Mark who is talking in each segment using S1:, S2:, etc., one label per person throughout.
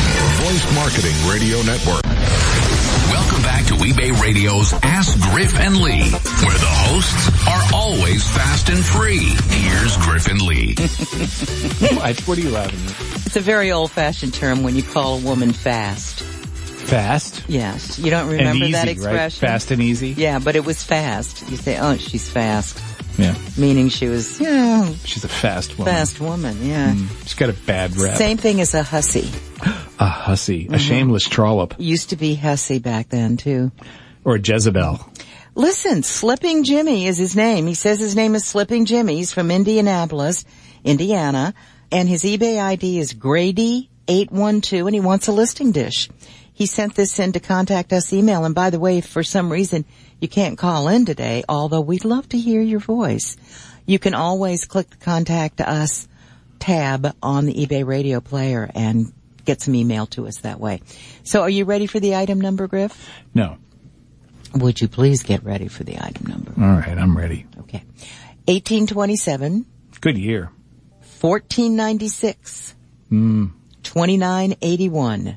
S1: Sports Marketing Radio Network.
S2: Welcome back to eBay Radio's Ask Griff and Lee, where the hosts are always fast and free. Here's Griff and Lee.
S3: What, what are you laughing at?
S4: It's a very old fashioned term when you call a woman fast.
S3: Fast
S4: Yes. You don't remember
S3: and easy,
S4: that
S3: right?
S4: expression?
S3: Fast and easy.
S4: Yeah, but it was fast. You say, oh, she's fast.
S3: Yeah.
S4: Meaning she was, yeah,
S3: She's a fast woman.
S4: fast woman, yeah.
S3: She's got a bad rep.
S4: Same Mm-hmm. thing as a hussy.
S3: A hussy. A shameless trollop.
S4: Used to be hussy back then too.
S3: Or a Jezebel.
S4: Listen, Slipping Jimmy is his name. He says his name is Slipping Jimmy. He's from Indianapolis, Indiana, and his eBay ID is Grady812 and he wants a listing dish. He sent this in to contact us email and by the way, if for some reason you can't call in today, although we'd love to hear your voice, you can always click the contact us tab on the eBay radio player and get some email to us that way. So are you ready for the item number, Griff?
S3: No.
S4: Would you please get ready for the item number?
S3: All right, I'm ready.
S4: Okay. 1827,
S3: Good year.
S4: 1496,
S3: Hmm.
S4: 2981.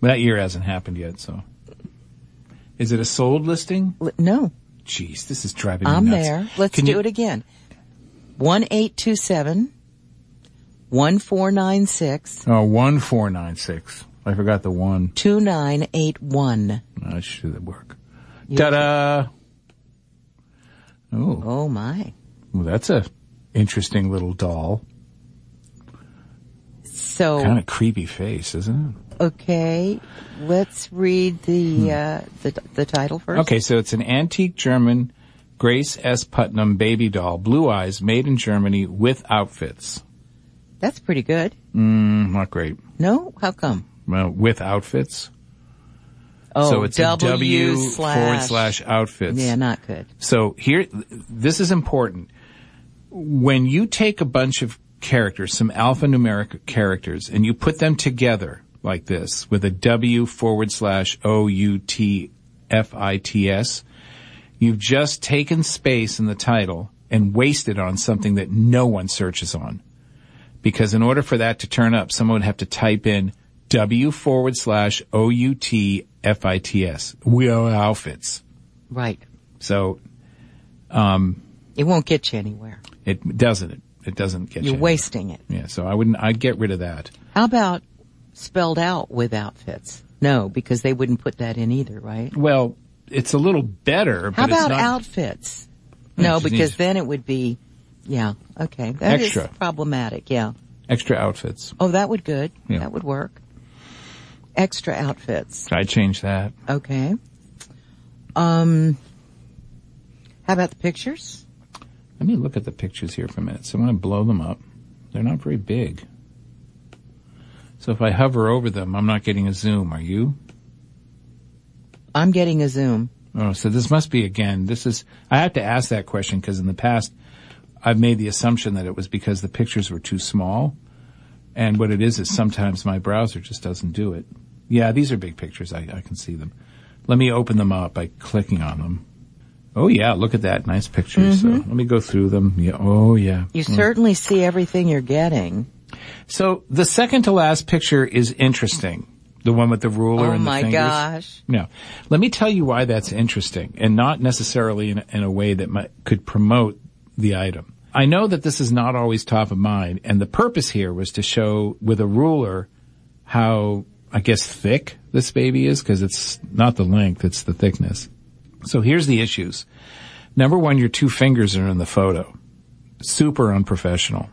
S3: That year hasn't happened yet, so. Is it a sold listing?
S4: L- No,
S3: Jeez, this is driving
S4: I'm
S3: me nuts.
S4: there. Let's
S3: Can
S4: do
S3: you-
S4: it again. 1827, 1496,
S3: Oh, 1496. I forgot the one.
S4: 2981.
S3: No, that should work. Ta-da! Oh,
S4: Oh my.
S3: well, that's a interesting little doll.
S4: So,
S3: Kind of creepy face, isn't it?
S4: okay, let's read the, uh, the, the title first.
S3: Hmm. Okay, so it's an antique German Grace S. Putnam baby doll, blue eyes, made in Germany with outfits.
S4: That's pretty good.
S3: Mm, not great.
S4: No? How come?
S3: Well, with outfits.
S4: Oh,
S3: so it's a
S4: W
S3: W forward slash outfits.
S4: Yeah, not good.
S3: So here, this is important. When you take a bunch of characters, some alphanumeric characters, and you put them together like this with a W forward slash O U T F I T S, you've just taken space in the title and wasted on something that no one searches on. Because in order for that to turn up, someone would have to type in W forward slash O U T F I T S. We are outfits.
S4: Right.
S3: So
S4: It won't get you anywhere.
S3: It doesn't. It doesn't get
S4: You're
S3: you.
S4: wasting it.
S3: Yeah, so I wouldn't. I'd get rid of that.
S4: How about spelled out with outfits? No, because they wouldn't put that in either, right?
S3: Well, it's a little better.
S4: How
S3: but it's
S4: about
S3: not,
S4: outfits?
S3: Yeah,
S4: No,
S3: she
S4: because
S3: needs-
S4: then it would be, yeah, okay. that is
S3: Extra.
S4: problematic, yeah.
S3: extra outfits?
S4: Oh, that would good.
S3: Yeah.
S4: That would work. Extra outfits.
S3: I change that.
S4: Okay. Um, how about the pictures?
S3: Let me look at the pictures here for a minute. So I'm going to blow them up. They're not very big. So if I hover over them, I'm not getting a zoom. Are you?
S4: I'm getting a zoom.
S3: Oh, so this must be again. This is. I have to ask that question because in the past, I've made the assumption that it was because the pictures were too small, and what it is is sometimes my browser just doesn't do it. Yeah, these are big pictures. I, I can see them. Let me open them up by clicking on them. Oh yeah, look at that nice picture. So
S4: Mm-hmm.
S3: let me go through them. Yeah. Oh yeah.
S4: You certainly see everything you're getting.
S3: So the second to last picture is interesting. The one with the ruler
S4: Oh
S3: and the
S4: my
S3: fingers.
S4: gosh.
S3: No. Let me tell you why that's interesting and not necessarily in, in a way that might, could promote the item. I know that this is not always top of mind and the purpose here was to show with a ruler how, I guess, thick this baby is because it's not the length, it's the thickness. So here's the issues. Number one, your two fingers are in the photo. Super unprofessional.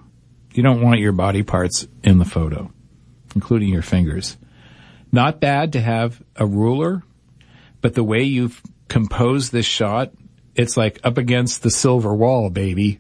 S3: You don't want your body parts in the photo, including your fingers not bad to have a ruler, but the way you've composed this shot, it's like up against the silver wall, baby.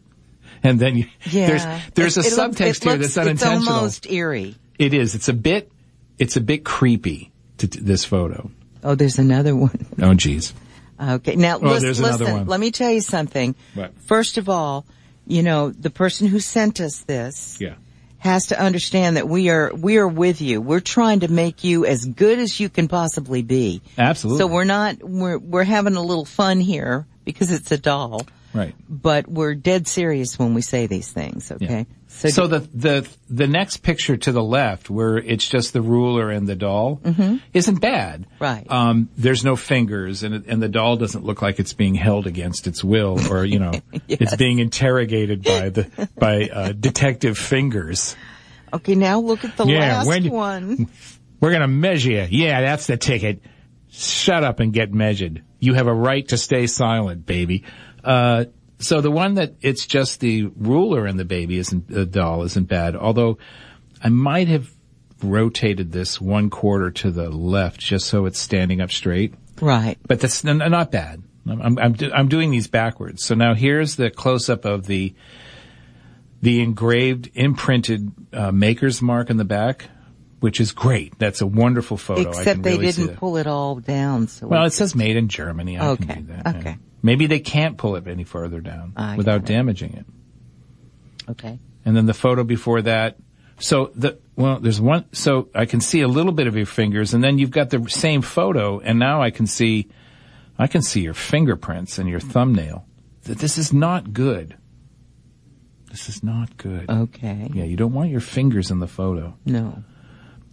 S3: And then you,
S4: Yeah.
S3: there's there's
S4: It-
S3: a
S4: it looks-
S3: subtext
S4: it
S3: here
S4: looks-
S3: that's unintentional.
S4: It's almost eerie.
S3: It is. It's a bit. It's a bit creepy. To, to this photo.
S4: Oh, there's another one.
S3: Oh, geez.
S4: Okay. Now, lis-
S3: Oh, there's
S4: listen,
S3: another one.
S4: let me tell you something.
S3: What?
S4: First of all, you know, the person who sent us this
S3: Yeah.
S4: has to understand that we are, we are with you. We're trying to make you as good as you can possibly be.
S3: Absolutely.
S4: So we're not, we're, we're having a little fun here because it's a doll.
S3: Right.
S4: But we're dead serious when we say these things, okay?
S3: So, the the the next picture to the left, where it's just the ruler and the doll, isn't bad.
S4: Right.
S3: Um, there's no fingers, and it- and the doll doesn't look like it's being held against its will, or you know, it's being interrogated by the by uh, detective fingers.
S4: okay, now look at the
S3: Yeah,
S4: last
S3: when you-
S4: one.
S3: We're gonna measure you. Yeah, that's the ticket. Shut up and get measured. You have a right to stay silent, baby. Uh, so the one that it's just the ruler and the baby isn't, the doll isn't bad, although I might have rotated this one quarter to the left just so it's standing up straight
S4: Right.
S3: but that's n- n- not bad. I'm, I'm, I'm, do- I'm doing these backwards. So now here's the close up of the, the engraved, imprinted, uh, maker's mark in the back, which is great. That's a wonderful photo. I
S4: Except
S3: can
S4: they
S3: really see
S4: didn't
S3: that.
S4: pull it all down. So
S3: Well,
S4: we-
S3: it says made in Germany. I
S4: Okay,
S3: can do that. yeah.
S4: okay.
S3: Maybe they can't pull it any further down
S4: I
S3: without
S4: got it.
S3: damaging it.
S4: okay.
S3: And then the photo before that. So the, well, there's one, so I can see a little bit of your fingers and then you've got the same photo and now I can see, I can see your fingerprints and your thumbnail. Th- This is not good. This is not good.
S4: Okay.
S3: Yeah, you don't want your fingers in the photo.
S4: No.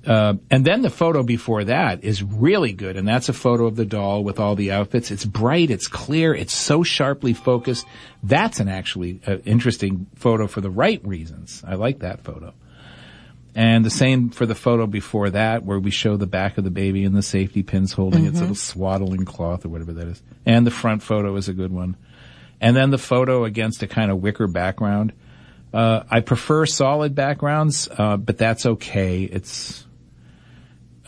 S3: Uh, And then the photo before that is really good, and that's a photo of the doll with all the outfits. It's bright, it's clear, it's so sharply focused. That's an actually uh, interesting photo for the right reasons. I like that photo. And the same for the photo before that, where we show the back of the baby and the safety pins holding its little swaddling cloth or whatever that is. And the front photo is a good one. And then the photo against a kind of wicker background. Uh, I prefer solid backgrounds, uh, but that's okay. It's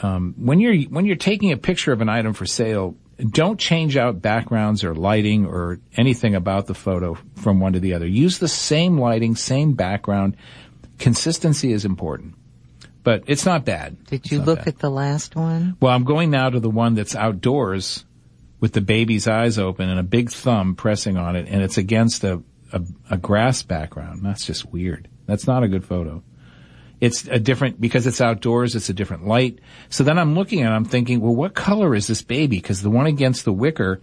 S3: um, when you're when you're taking a picture of an item for sale, don't change out backgrounds or lighting or anything about the photo from one to the other. Use the same lighting, same background. Consistency is important, but it's not bad.
S4: Did
S3: It's
S4: you
S3: not
S4: look
S3: bad.
S4: at the last one?
S3: Well, I'm going now to the one that's outdoors with the baby's eyes open and a big thumb pressing on it, and it's against a, a, a grass background. That's just weird. That's not a good photo. It's a different, because it's outdoors, it's a different light. So then I'm looking at it, I'm thinking, well, what color is this baby? Because the one against the wicker,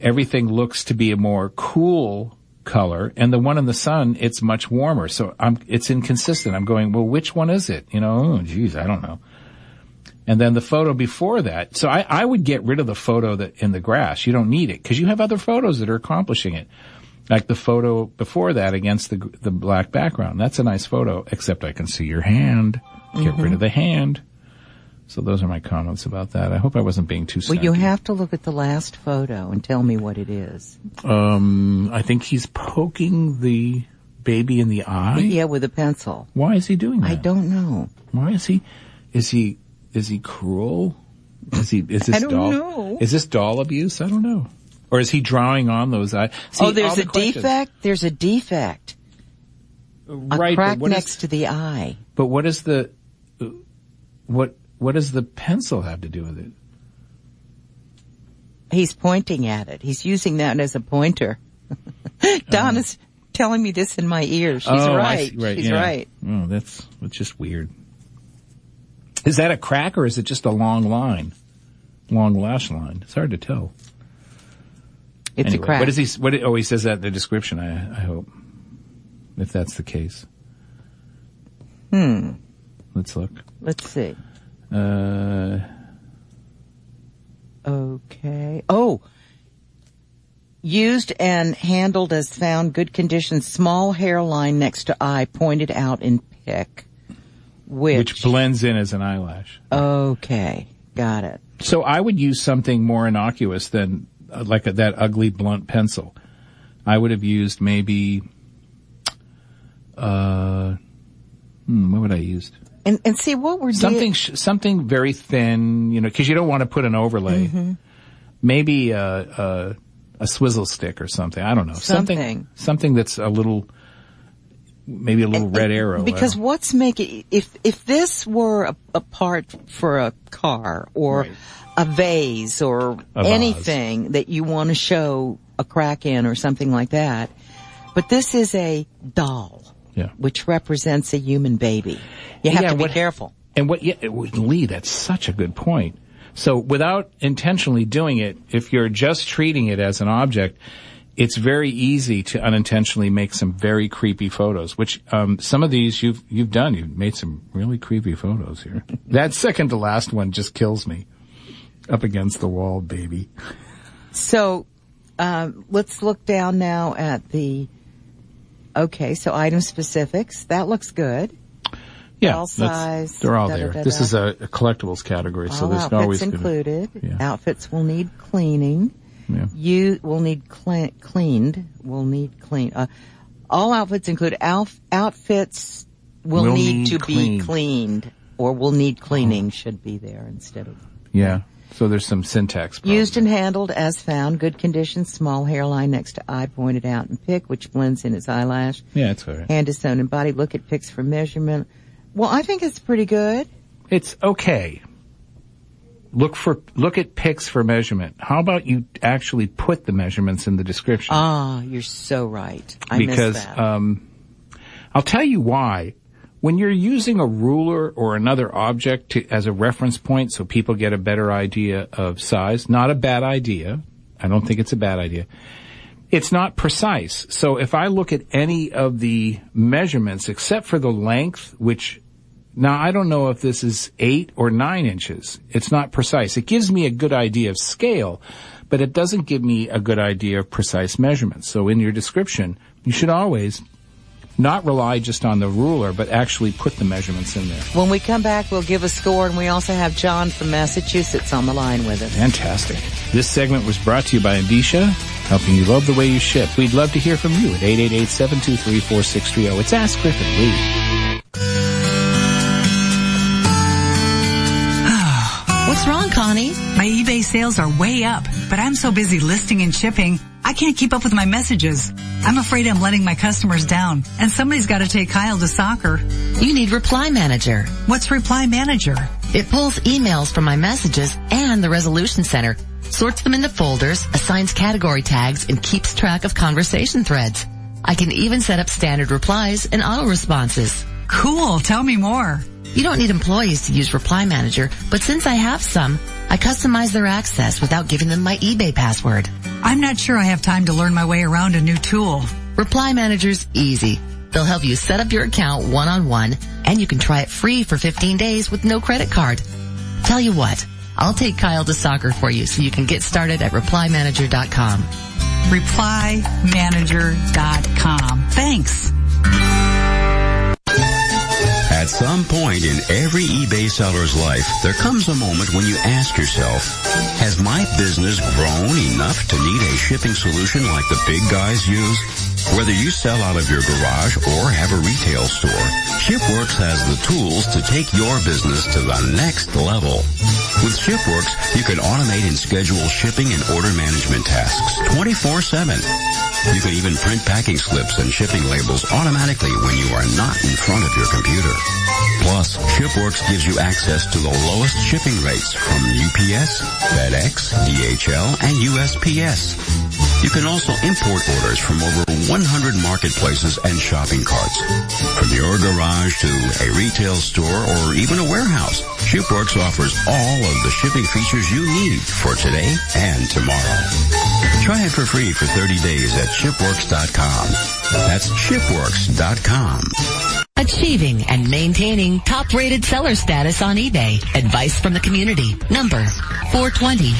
S3: everything looks to be a more cool color, and the one in the sun, it's much warmer. So I'm, it's inconsistent. I'm going, well, which one is it? You know, oh, geez, I don't know and then the photo before that. So I, I would get rid of the photo that in the grass. You don't need it because you have other photos that are accomplishing it. Like the photo before that against the the black background. That's a nice photo, except I can see your hand. Get
S4: Mm-hmm.
S3: rid of the hand. So those are my comments about that. I hope I wasn't being too.
S4: Well, you
S3: snarky.
S4: have to look at the last photo and tell me what it is.
S3: Um, I think he's poking the baby in the eye.
S4: Yeah, with a pencil.
S3: Why is he doing that?
S4: I don't know.
S3: Why is he? Is he? Is he cruel? Is he? Is this
S4: I don't
S3: doll?
S4: know.
S3: Is this doll abuse? I don't know. Or is he drawing on those eyes? See,
S4: oh, there's
S3: all the
S4: a
S3: questions.
S4: defect. There's a defect. A
S3: right?
S4: crack
S3: but, what is-
S4: next to the eye.
S3: but what is the? What What does the pencil have to do with it?
S4: He's pointing at it. He's using that as a pointer. Don is telling me this in my ear. She's
S3: Uh-huh. oh, I
S4: right.
S3: see, right.
S4: She's
S3: yeah.
S4: right.
S3: Oh, that's that's just weird. Is that a crack or is it just a long line? Long lash line. It's hard to tell.
S4: It's
S3: anyway,
S4: a crack.
S3: What is he? What? Oh, he says that in the description. I, I hope, if that's the case. Hmm. Let's look.
S4: Let's see.
S3: Uh,
S4: Okay. Oh. Used and handled as found good condition, small hairline next to eye pointed out in pick.
S3: which
S4: Which,
S3: blends in as an eyelash.
S4: okay. Got it.
S3: So I would use something more innocuous than uh, like a, that ugly blunt pencil. I would have used maybe. Uh, hmm, what would I use?
S4: And, and see what we're
S3: something
S4: doing.
S3: sh- something very thin, you know, because you don't want to put an overlay. Maybe a, a a swizzle stick or something. I don't know
S4: Something.
S3: something something that's a little maybe a little red arrow.
S4: Because
S3: I don't-
S4: what's making, if, if this were a, a part for a car or
S3: Right.
S4: a vase or
S3: A vase.
S4: anything that you want to show a crack in or something like that, but this is a doll.
S3: yeah.
S4: which represents a human baby. You have
S3: Yeah,
S4: to be
S3: what-
S4: careful.
S3: And what, yeah, Lee, that's such a good point. So without intentionally doing it, if you're just treating it as an object, it's very easy to unintentionally make some very creepy photos, which um, some of these you've you've done. You've made some really creepy photos here. that second to last one just kills me. Up against the wall, baby.
S4: So um, let's look down now at the. Okay, so item specifics. That looks good.
S3: Yeah,
S4: All
S3: that's-
S4: size,
S3: they're all
S4: da, da,
S3: there.
S4: da,
S3: this
S4: da.
S3: is a, a collectibles category, so
S4: All
S3: there's
S4: Ah, outfits
S3: always gonna-
S4: included.
S3: Yeah.
S4: Outfits will need cleaning.
S3: Yeah.
S4: You will need cle- cleaned. Will need clean. Uh, all outfits include alf- outfits will
S3: Will
S4: need,
S3: need
S4: to
S3: cleaned.
S4: be cleaned Oh. or will need cleaning should be there instead of
S3: Yeah. So there's some syntax. Problems.
S4: Used and handled as found, good condition, small hairline next to eye pointed out in pic, which blends in as eyelash.
S3: Yeah, it's all right.
S4: Hand is sewn in body. Look at pics for measurement. Well, I think it's pretty good.
S3: It's okay. Look for look at pics for measurement. How about you actually put the measurements in the description?
S4: Ah, you're so right. I
S3: because
S4: missed that.
S3: um, I'll tell you why. When you're using a ruler or another object to, as a reference point, so people get a better idea of size, not a bad idea. I don't think it's a bad idea. It's not precise. So if I look at any of the measurements except for the length, which now I don't know if this is eight or nine inches. It's not precise. It gives me a good idea of scale, but it doesn't give me a good idea of precise measurements. So in your description, you should always not rely just on the ruler, but actually put the measurements in there.
S4: when we come back, we'll give a score and we also have John from Massachusetts on the line with us.
S3: Fantastic. This segment was brought to you by Indicia, helping you love the way you ship. We'd love to hear from you at 888-723-4630. It's Ask Griffin Lee.
S1: What's wrong, Connie?
S5: My eBay sales are way up, but I'm so busy listing and shipping, I can't keep up with my messages. I'm afraid I'm letting my customers down, and somebody's gotta take Kyle to soccer.
S1: You need Reply Manager.
S5: What's Reply Manager?
S1: It pulls emails from my messages and the Resolution Center, sorts them into folders, assigns category tags, and keeps track of conversation threads. I can even set up standard replies and auto responses.
S5: Cool, tell me more.
S1: You don't need employees to use Reply Manager, but since I have some, I customize their access without giving them my eBay password.
S5: I'm not sure I have time to learn my way around a new tool.
S1: Reply Manager's easy. They'll help you set up your account one-on-one and you can try it free for 15 days with no credit card. Tell you what, I'll take Kyle to soccer for you so you can get started at replymanager.com.
S5: ReplyManager.com. Thanks.
S6: At some point in every eBay seller's life, there comes a moment when you ask yourself, has my business grown enough to need a shipping solution like the big guys use? Whether you sell out of your garage or have a retail store, ShipWorks has the tools to take your business to the next level. With ShipWorks, you can automate and schedule shipping and order management tasks 24-7. You can even print packing slips and shipping labels automatically when you are not in front of your computer. Plus, ShipWorks gives you access to the lowest shipping rates from UPS, FedEx, DHL, and USPS. You can also import orders from over 100 marketplaces and shopping carts. From your garage to a retail store or even a warehouse, ShipWorks offers all of the shipping features you need for today and tomorrow. Try it for free for 30 days at shipworks.com. That's shipworks.com.
S1: Achieving and maintaining top rated seller status on eBay. Advice from the community. Number 420.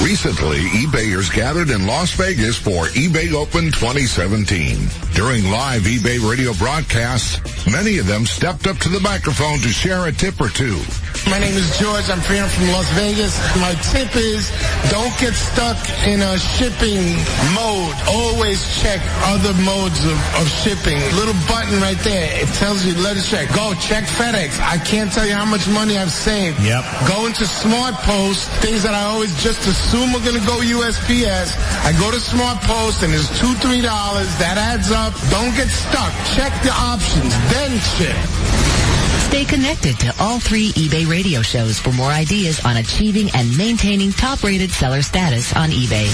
S7: Recently, eBayers gathered in Las Vegas for eBay Open 2017. During live eBay radio broadcasts, many of them stepped up to the microphone to share a tip or two.
S8: My name is George. I'm here from Las Vegas. My tip is don't get stuck in a shipping mode. Always check other modes of, of shipping. Little button right there. It tells you, let it check. Go check FedEx. I can't tell you how much money I've saved.
S9: Yep.
S8: Go into Smart Post. Things that I always just assume are going to go USPS. I go to Smart Post and it's two, three dollars. That adds up. Don't get stuck. Check the options. Then ship.
S1: Stay connected to all three eBay radio shows for more ideas on achieving and maintaining top rated seller status on eBay.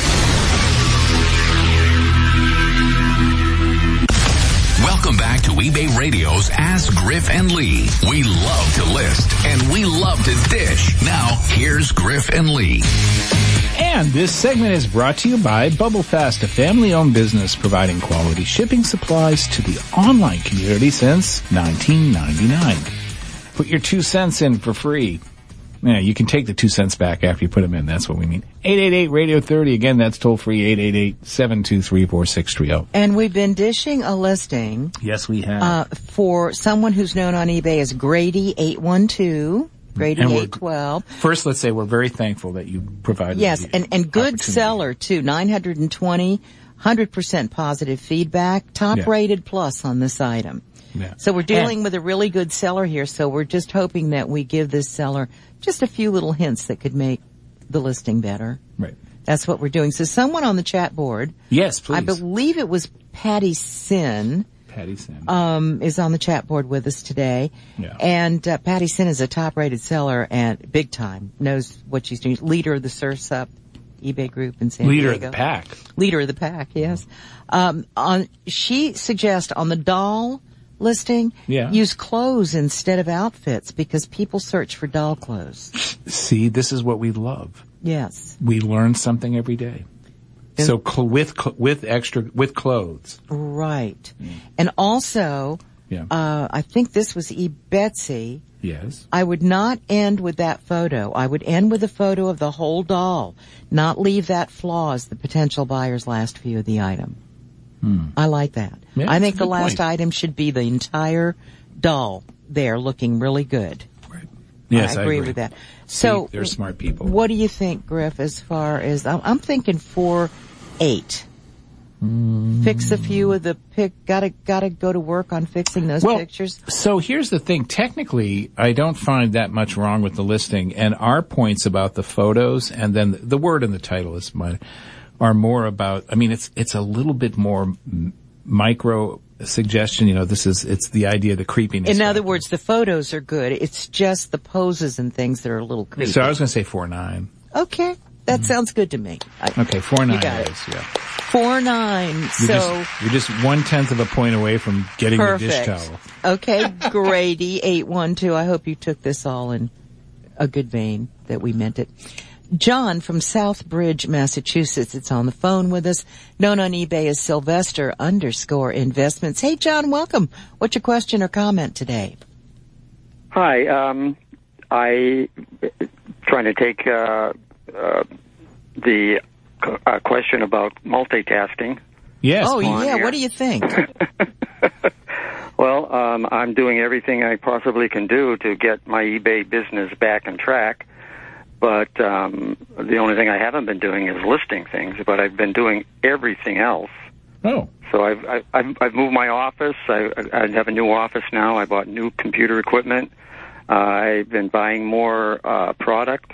S2: Welcome back to WeBay Radio's Ask Griff and Lee. We love to list and we love to dish. Now, here's Griff and Lee.
S3: And this segment is brought to you by BubbleFast, a family-owned business providing quality shipping supplies to the online community since 1999. Put your two cents in for free. Yeah, you can take the two cents back after you put them in. That's what we mean. 888 Radio 30. Again, that's toll free 888-723-4630.
S4: And we've been dishing a listing
S3: Yes, we have.
S4: uh, for someone who's known on eBay as Grady eight one two, Grady
S3: And we're-
S4: eight twelve.
S3: First, let's say we're very thankful that you provided.
S4: Yes,
S3: the
S4: and and good
S3: opportunity.
S4: seller too. Nine hundred and twenty, hundred percent positive feedback. Top
S3: Yeah.
S4: rated plus on this item.
S3: Yeah.
S4: So we're dealing with a really good seller here. So we're just hoping that we give this seller just a few little hints that could make the listing better.
S3: Right.
S4: That's what we're doing. So someone on the chat board,
S3: Yes, please.
S4: I believe it was Patty Sin,
S3: Patty Sam.
S4: um, is on the chat board with us today.
S3: Yeah.
S4: And uh, Patty Sin is a top-rated seller and big time knows what she's doing. Leader of the Surfs Up eBay group in San
S3: Leader of
S4: Diego
S3: the pack.
S4: leader of the pack. Yes. Um, on she suggests on the doll listing,
S3: Yeah.
S4: use clothes instead of outfits because people search for doll clothes.
S3: See, this is what we love.
S4: Yes,
S3: We learn something every day. So cl- with cl- with extra with clothes.
S4: right. And
S3: Mm.
S4: also,
S3: Yeah.
S4: uh, I think this was E Betsy.
S3: yes.
S4: I would not end with that photo. I would end with a photo of the whole doll, not leave that flaw as the potential buyer's last view of the item. I like that.
S3: Hmm. Yeah,
S4: I
S3: that's
S4: think
S3: a
S4: the
S3: good
S4: last
S3: point.
S4: item should be the entire doll there looking really good.
S3: Yes,
S4: I, agree with that. So
S3: they're smart people.
S4: What do you think, Griff? As far as I'm, I'm thinking four, eight.
S3: Hmm.
S4: Fix a few of the pic. Gotta gotta go to work on fixing those
S3: Well,
S4: pictures.
S3: so here's the thing. Technically, I don't find that much wrong with the listing, and our points about the photos and then the, the word in the title is mine are more about. I mean, it's it's a little bit more m- micro suggestion. You know, this is it's the idea of the creepiness.
S4: In other
S3: factor.
S4: words, the photos are good. It's just the poses and things that are a little creepy.
S3: So I was going to say four nine.
S4: okay, that sounds good to me. I-
S3: Okay, four nine.
S4: You got
S3: it
S4: it.
S3: is, yeah.
S4: Four nine.
S3: You're
S4: so
S3: just, you're just one tenth of a point away from getting the dish
S4: perfect.
S3: towel.
S4: Okay, Grady eight one two. I hope you took this all in a good vein that we meant it. John from Southbridge, Massachusetts. It's on the phone with us. Known on eBay as Sylvester underscore investments. Hey, John, welcome. What's your question or comment today?
S9: Hi, um, I trying to take uh, uh, the uh, question about multitasking.
S3: Yes.
S4: oh, yeah.
S9: on here.
S4: What do you think?
S9: Well, um, I'm doing everything I possibly can do to get my eBay business back on track, but um, the only thing I haven't been doing is listing things. But I've been doing everything else.
S3: Oh.
S9: So I've I- I've, I've moved my office. I, I I have a new office now. I bought new computer equipment. Uh, I've been buying more uh, product.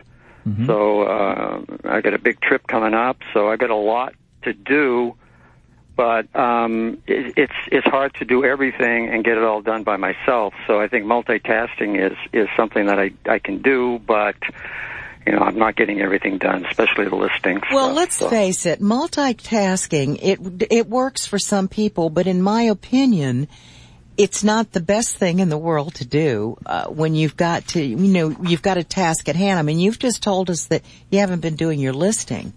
S9: So uh, I got a big trip coming up. So I got a lot to do, but um, it, it's it's hard to do everything and get it all done by myself. So I think multitasking is is something that I I can do, but you know I'm not getting everything done, especially the listings.
S4: Well, let's
S9: so.
S4: face it, multitasking, it, it works for some people, but in my opinion, it's not the best thing in the world to do uh, when you've got to, you know, you've got a task at hand. I mean, you've just told us that you haven't been doing your listing.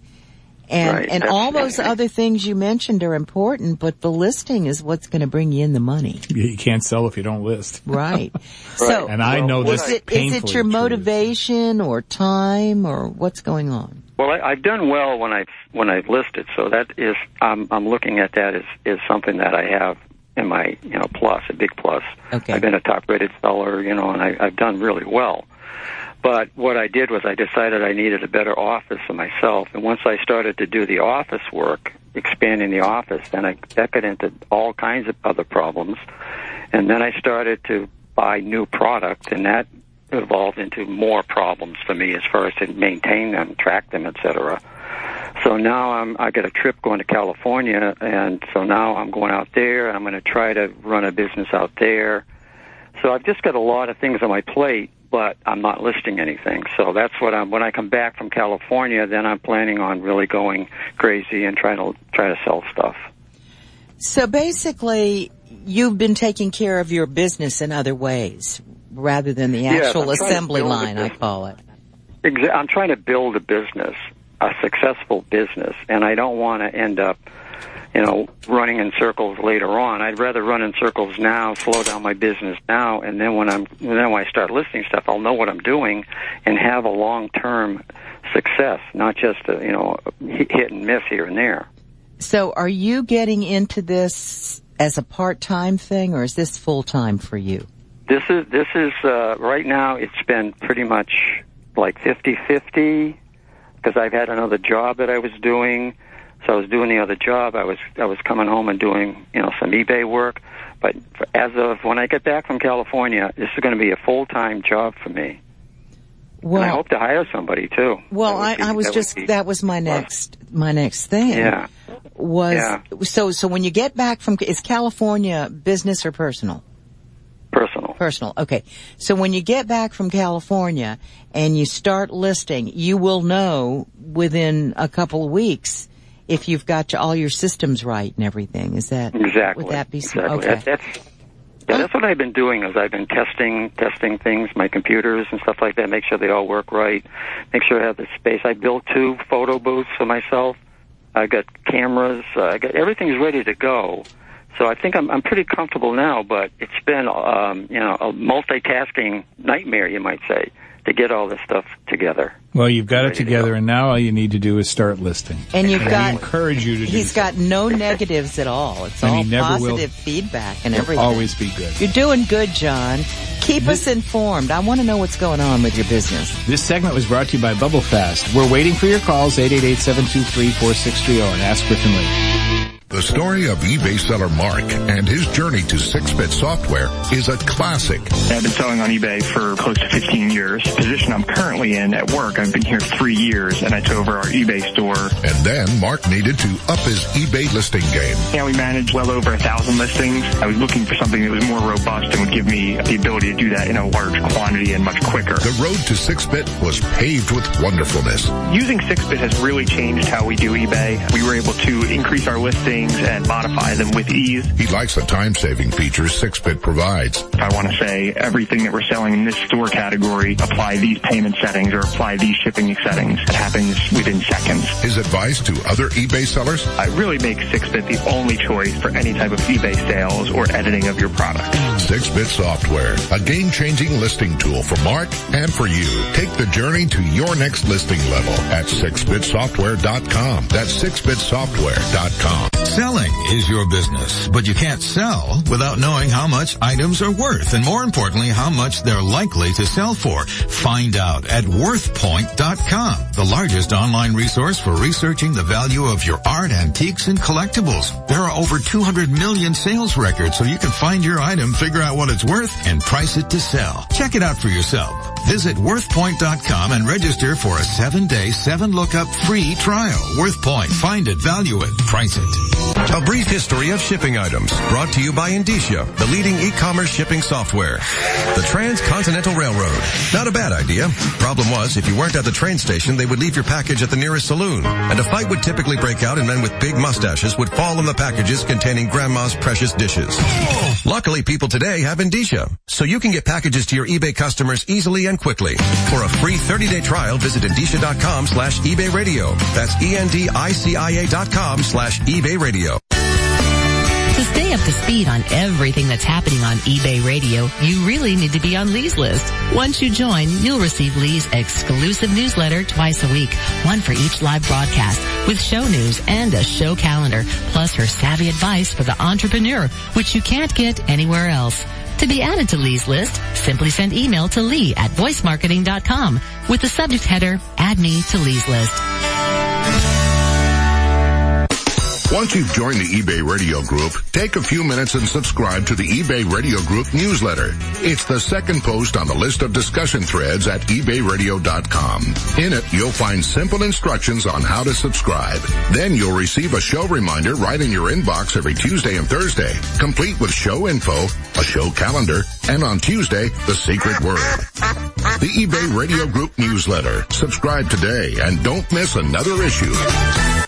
S4: And,
S9: Right,
S4: and
S9: that's-
S4: all those other things you mentioned are important, but the listing is what's going to bring you in the money.
S3: You you can't sell if you don't list.
S4: Right. So,
S3: And I know this
S4: is it, is it
S3: painfully
S4: your
S3: true.
S4: motivation or time or what's going on?
S9: Well, I, I've done well when I've when I've listed, so that is I'm I'm looking at that as is something that I have in my you know plus a big plus.
S4: Okay.
S9: I've been a top rated seller, you know, and I, I've done really well. But what I did was I decided I needed a better office for myself, and once I started to do the office work, expanding the office, then I that got into all kinds of other problems, and then I started to buy new product, and that evolved into more problems for me as far as to maintain them, track them, etc. So now I'm I got a trip going to California, and so now I'm going out there, and I'm going to try to run a business out there. So I've just got a lot of things on my plate, but I'm not listing anything. So that's what I'm. When I come back from California, then I'm planning on really going crazy and trying to try to sell stuff.
S4: So basically, you've been taking care of your business in other ways rather than the
S9: Yes,
S4: actual
S9: I'm trying to
S4: assembly
S9: build a
S4: line, I
S9: business.
S4: call it.
S9: Exa- I'm trying to build a business, a successful business, and I don't want to end up, you know, running in circles later on. I'd rather run in circles now, slow down my business now, and then when I'm then when I start listing stuff, I'll know what I'm doing and have a long-term success, not just a, you know, hit hit and miss here and there.
S4: So are you getting into this as a part-time thing or is this full-time for you?
S9: This is this is uh, right now. It's been pretty much like 50-50 because I've had another job that I was doing. So I was doing the other job. I was I was coming home and doing you know some eBay work. But for, as of when I get back from California, this is going to be a full time job for me.
S4: Well,
S9: and I hope to hire somebody too.
S4: well,
S9: That would
S4: I,
S9: be-
S4: I was
S9: that would
S4: just,
S9: be-
S4: that was my next, my next thing.
S9: Yeah.
S4: Was,
S9: Yeah.
S4: so, so when you get back from, is California business or personal?
S9: personal.
S4: Personal. Okay. So when you get back from California and you start listing, you will know within a couple of weeks if you've got your- all your systems right and everything. Is that
S9: Exactly.
S4: Would that be so-
S9: exactly.
S4: okay?
S9: That, that's yeah, that's what I've been doing is I've been testing testing things, my computers and stuff like that, make sure they all work right, make sure I have the space. I built two photo booths for myself. I got cameras. Uh, I got everything's ready to go. So I think I'm I'm pretty comfortable now, but it's been um, you know a multitasking nightmare, you might say, to get all this stuff together.
S3: Well, you've got it
S9: Ready to
S3: together,
S9: go.
S3: and now all you need to do is start listing.
S4: And you've
S3: I
S4: got,
S3: encourage you to do
S4: he's
S3: so.
S4: got no negatives at all. It's
S3: And he
S4: all
S3: never will-
S4: positive feedback and everything.
S3: Always be good.
S4: You're doing good, John. Keep us informed. I want to know what's going on with your business.
S3: This segment was brought to you by Bubble Fast. We're waiting for your calls 888-723-4630 and ask Griffin Lee.
S7: The story of eBay seller Mark and his journey to 6-bit software is a classic.
S10: I've been selling on eBay for close to 15 years. The position I'm currently in at work, I've been here three years and I took over our eBay store.
S7: And then Mark needed to up his eBay listing game.
S10: Yeah, we managed well over a thousand listings. I was looking for something that was more robust and would give me the ability to do that in a large quantity and much quicker.
S7: The road to 6-bit was paved with wonderfulness.
S10: Using 6-bit has really changed how we do eBay. We were able to increase our listings and modify them with ease.
S7: He likes the time-saving features 6-bit provides.
S10: I want to say everything that we're selling in this store category, apply these payment settings or apply these shipping settings. It happens within seconds.
S7: His advice to other eBay sellers?
S10: I really make 6-bit the only choice for any type of eBay sales or editing of your product.
S7: 6-bit software, a game-changing listing tool for Mark and for you. Take the journey to your next listing level at 6bitsoftware.com. That's 6bitsoftware.com.
S11: Selling is your business, but you can't sell without knowing how much items are worth and more importantly, how much they're likely to sell for. Find out at worthpoint.com, the largest online resource for researching the value of your art, antiques, and collectibles. There are over 200 million sales records so you can find your item, figure out what it's worth, and price it to sell. Check it out for yourself. Visit worthpoint.com and register for a seven-day, seven-lookup free trial. WorthPoint. Find it, value it, price it.
S12: A brief history of shipping items brought to you by Indicia, the leading e-commerce shipping software. The Transcontinental Railroad. Not a bad idea. Problem was, if you weren't at the train station, they would leave your package at the nearest saloon. And a fight would typically break out and men with big mustaches would fall on the packages containing grandma's precious dishes. Luckily, people today have Indicia, so you can get packages to your eBay customers easily and quickly. For a free 30-day trial, visit Indicia.com slash eBay radio. That's E E-N-D-I-C-I-A dot com slash eBay radio.
S1: To stay up to speed on everything that's happening on eBay Radio, you really need to be on Lee's list. Once you join, you'll receive Lee's exclusive newsletter twice a week, one for each live broadcast, with show news and a show calendar, plus her savvy advice for the entrepreneur, which you can't get anywhere else. To be added to Lee's list, simply send email to Lee at voicemarketing.com with the subject header, add me to Lee's list.
S7: Once you've joined the eBay Radio Group, take a few minutes and subscribe to the eBay Radio Group newsletter. It's the second post on the list of discussion threads at ebayradio.com. In it, you'll find simple instructions on how to subscribe. Then you'll receive a show reminder right in your inbox every Tuesday and Thursday, complete with show info, a show calendar, and on Tuesday, the secret word. The eBay Radio Group newsletter. Subscribe today and don't miss another issue.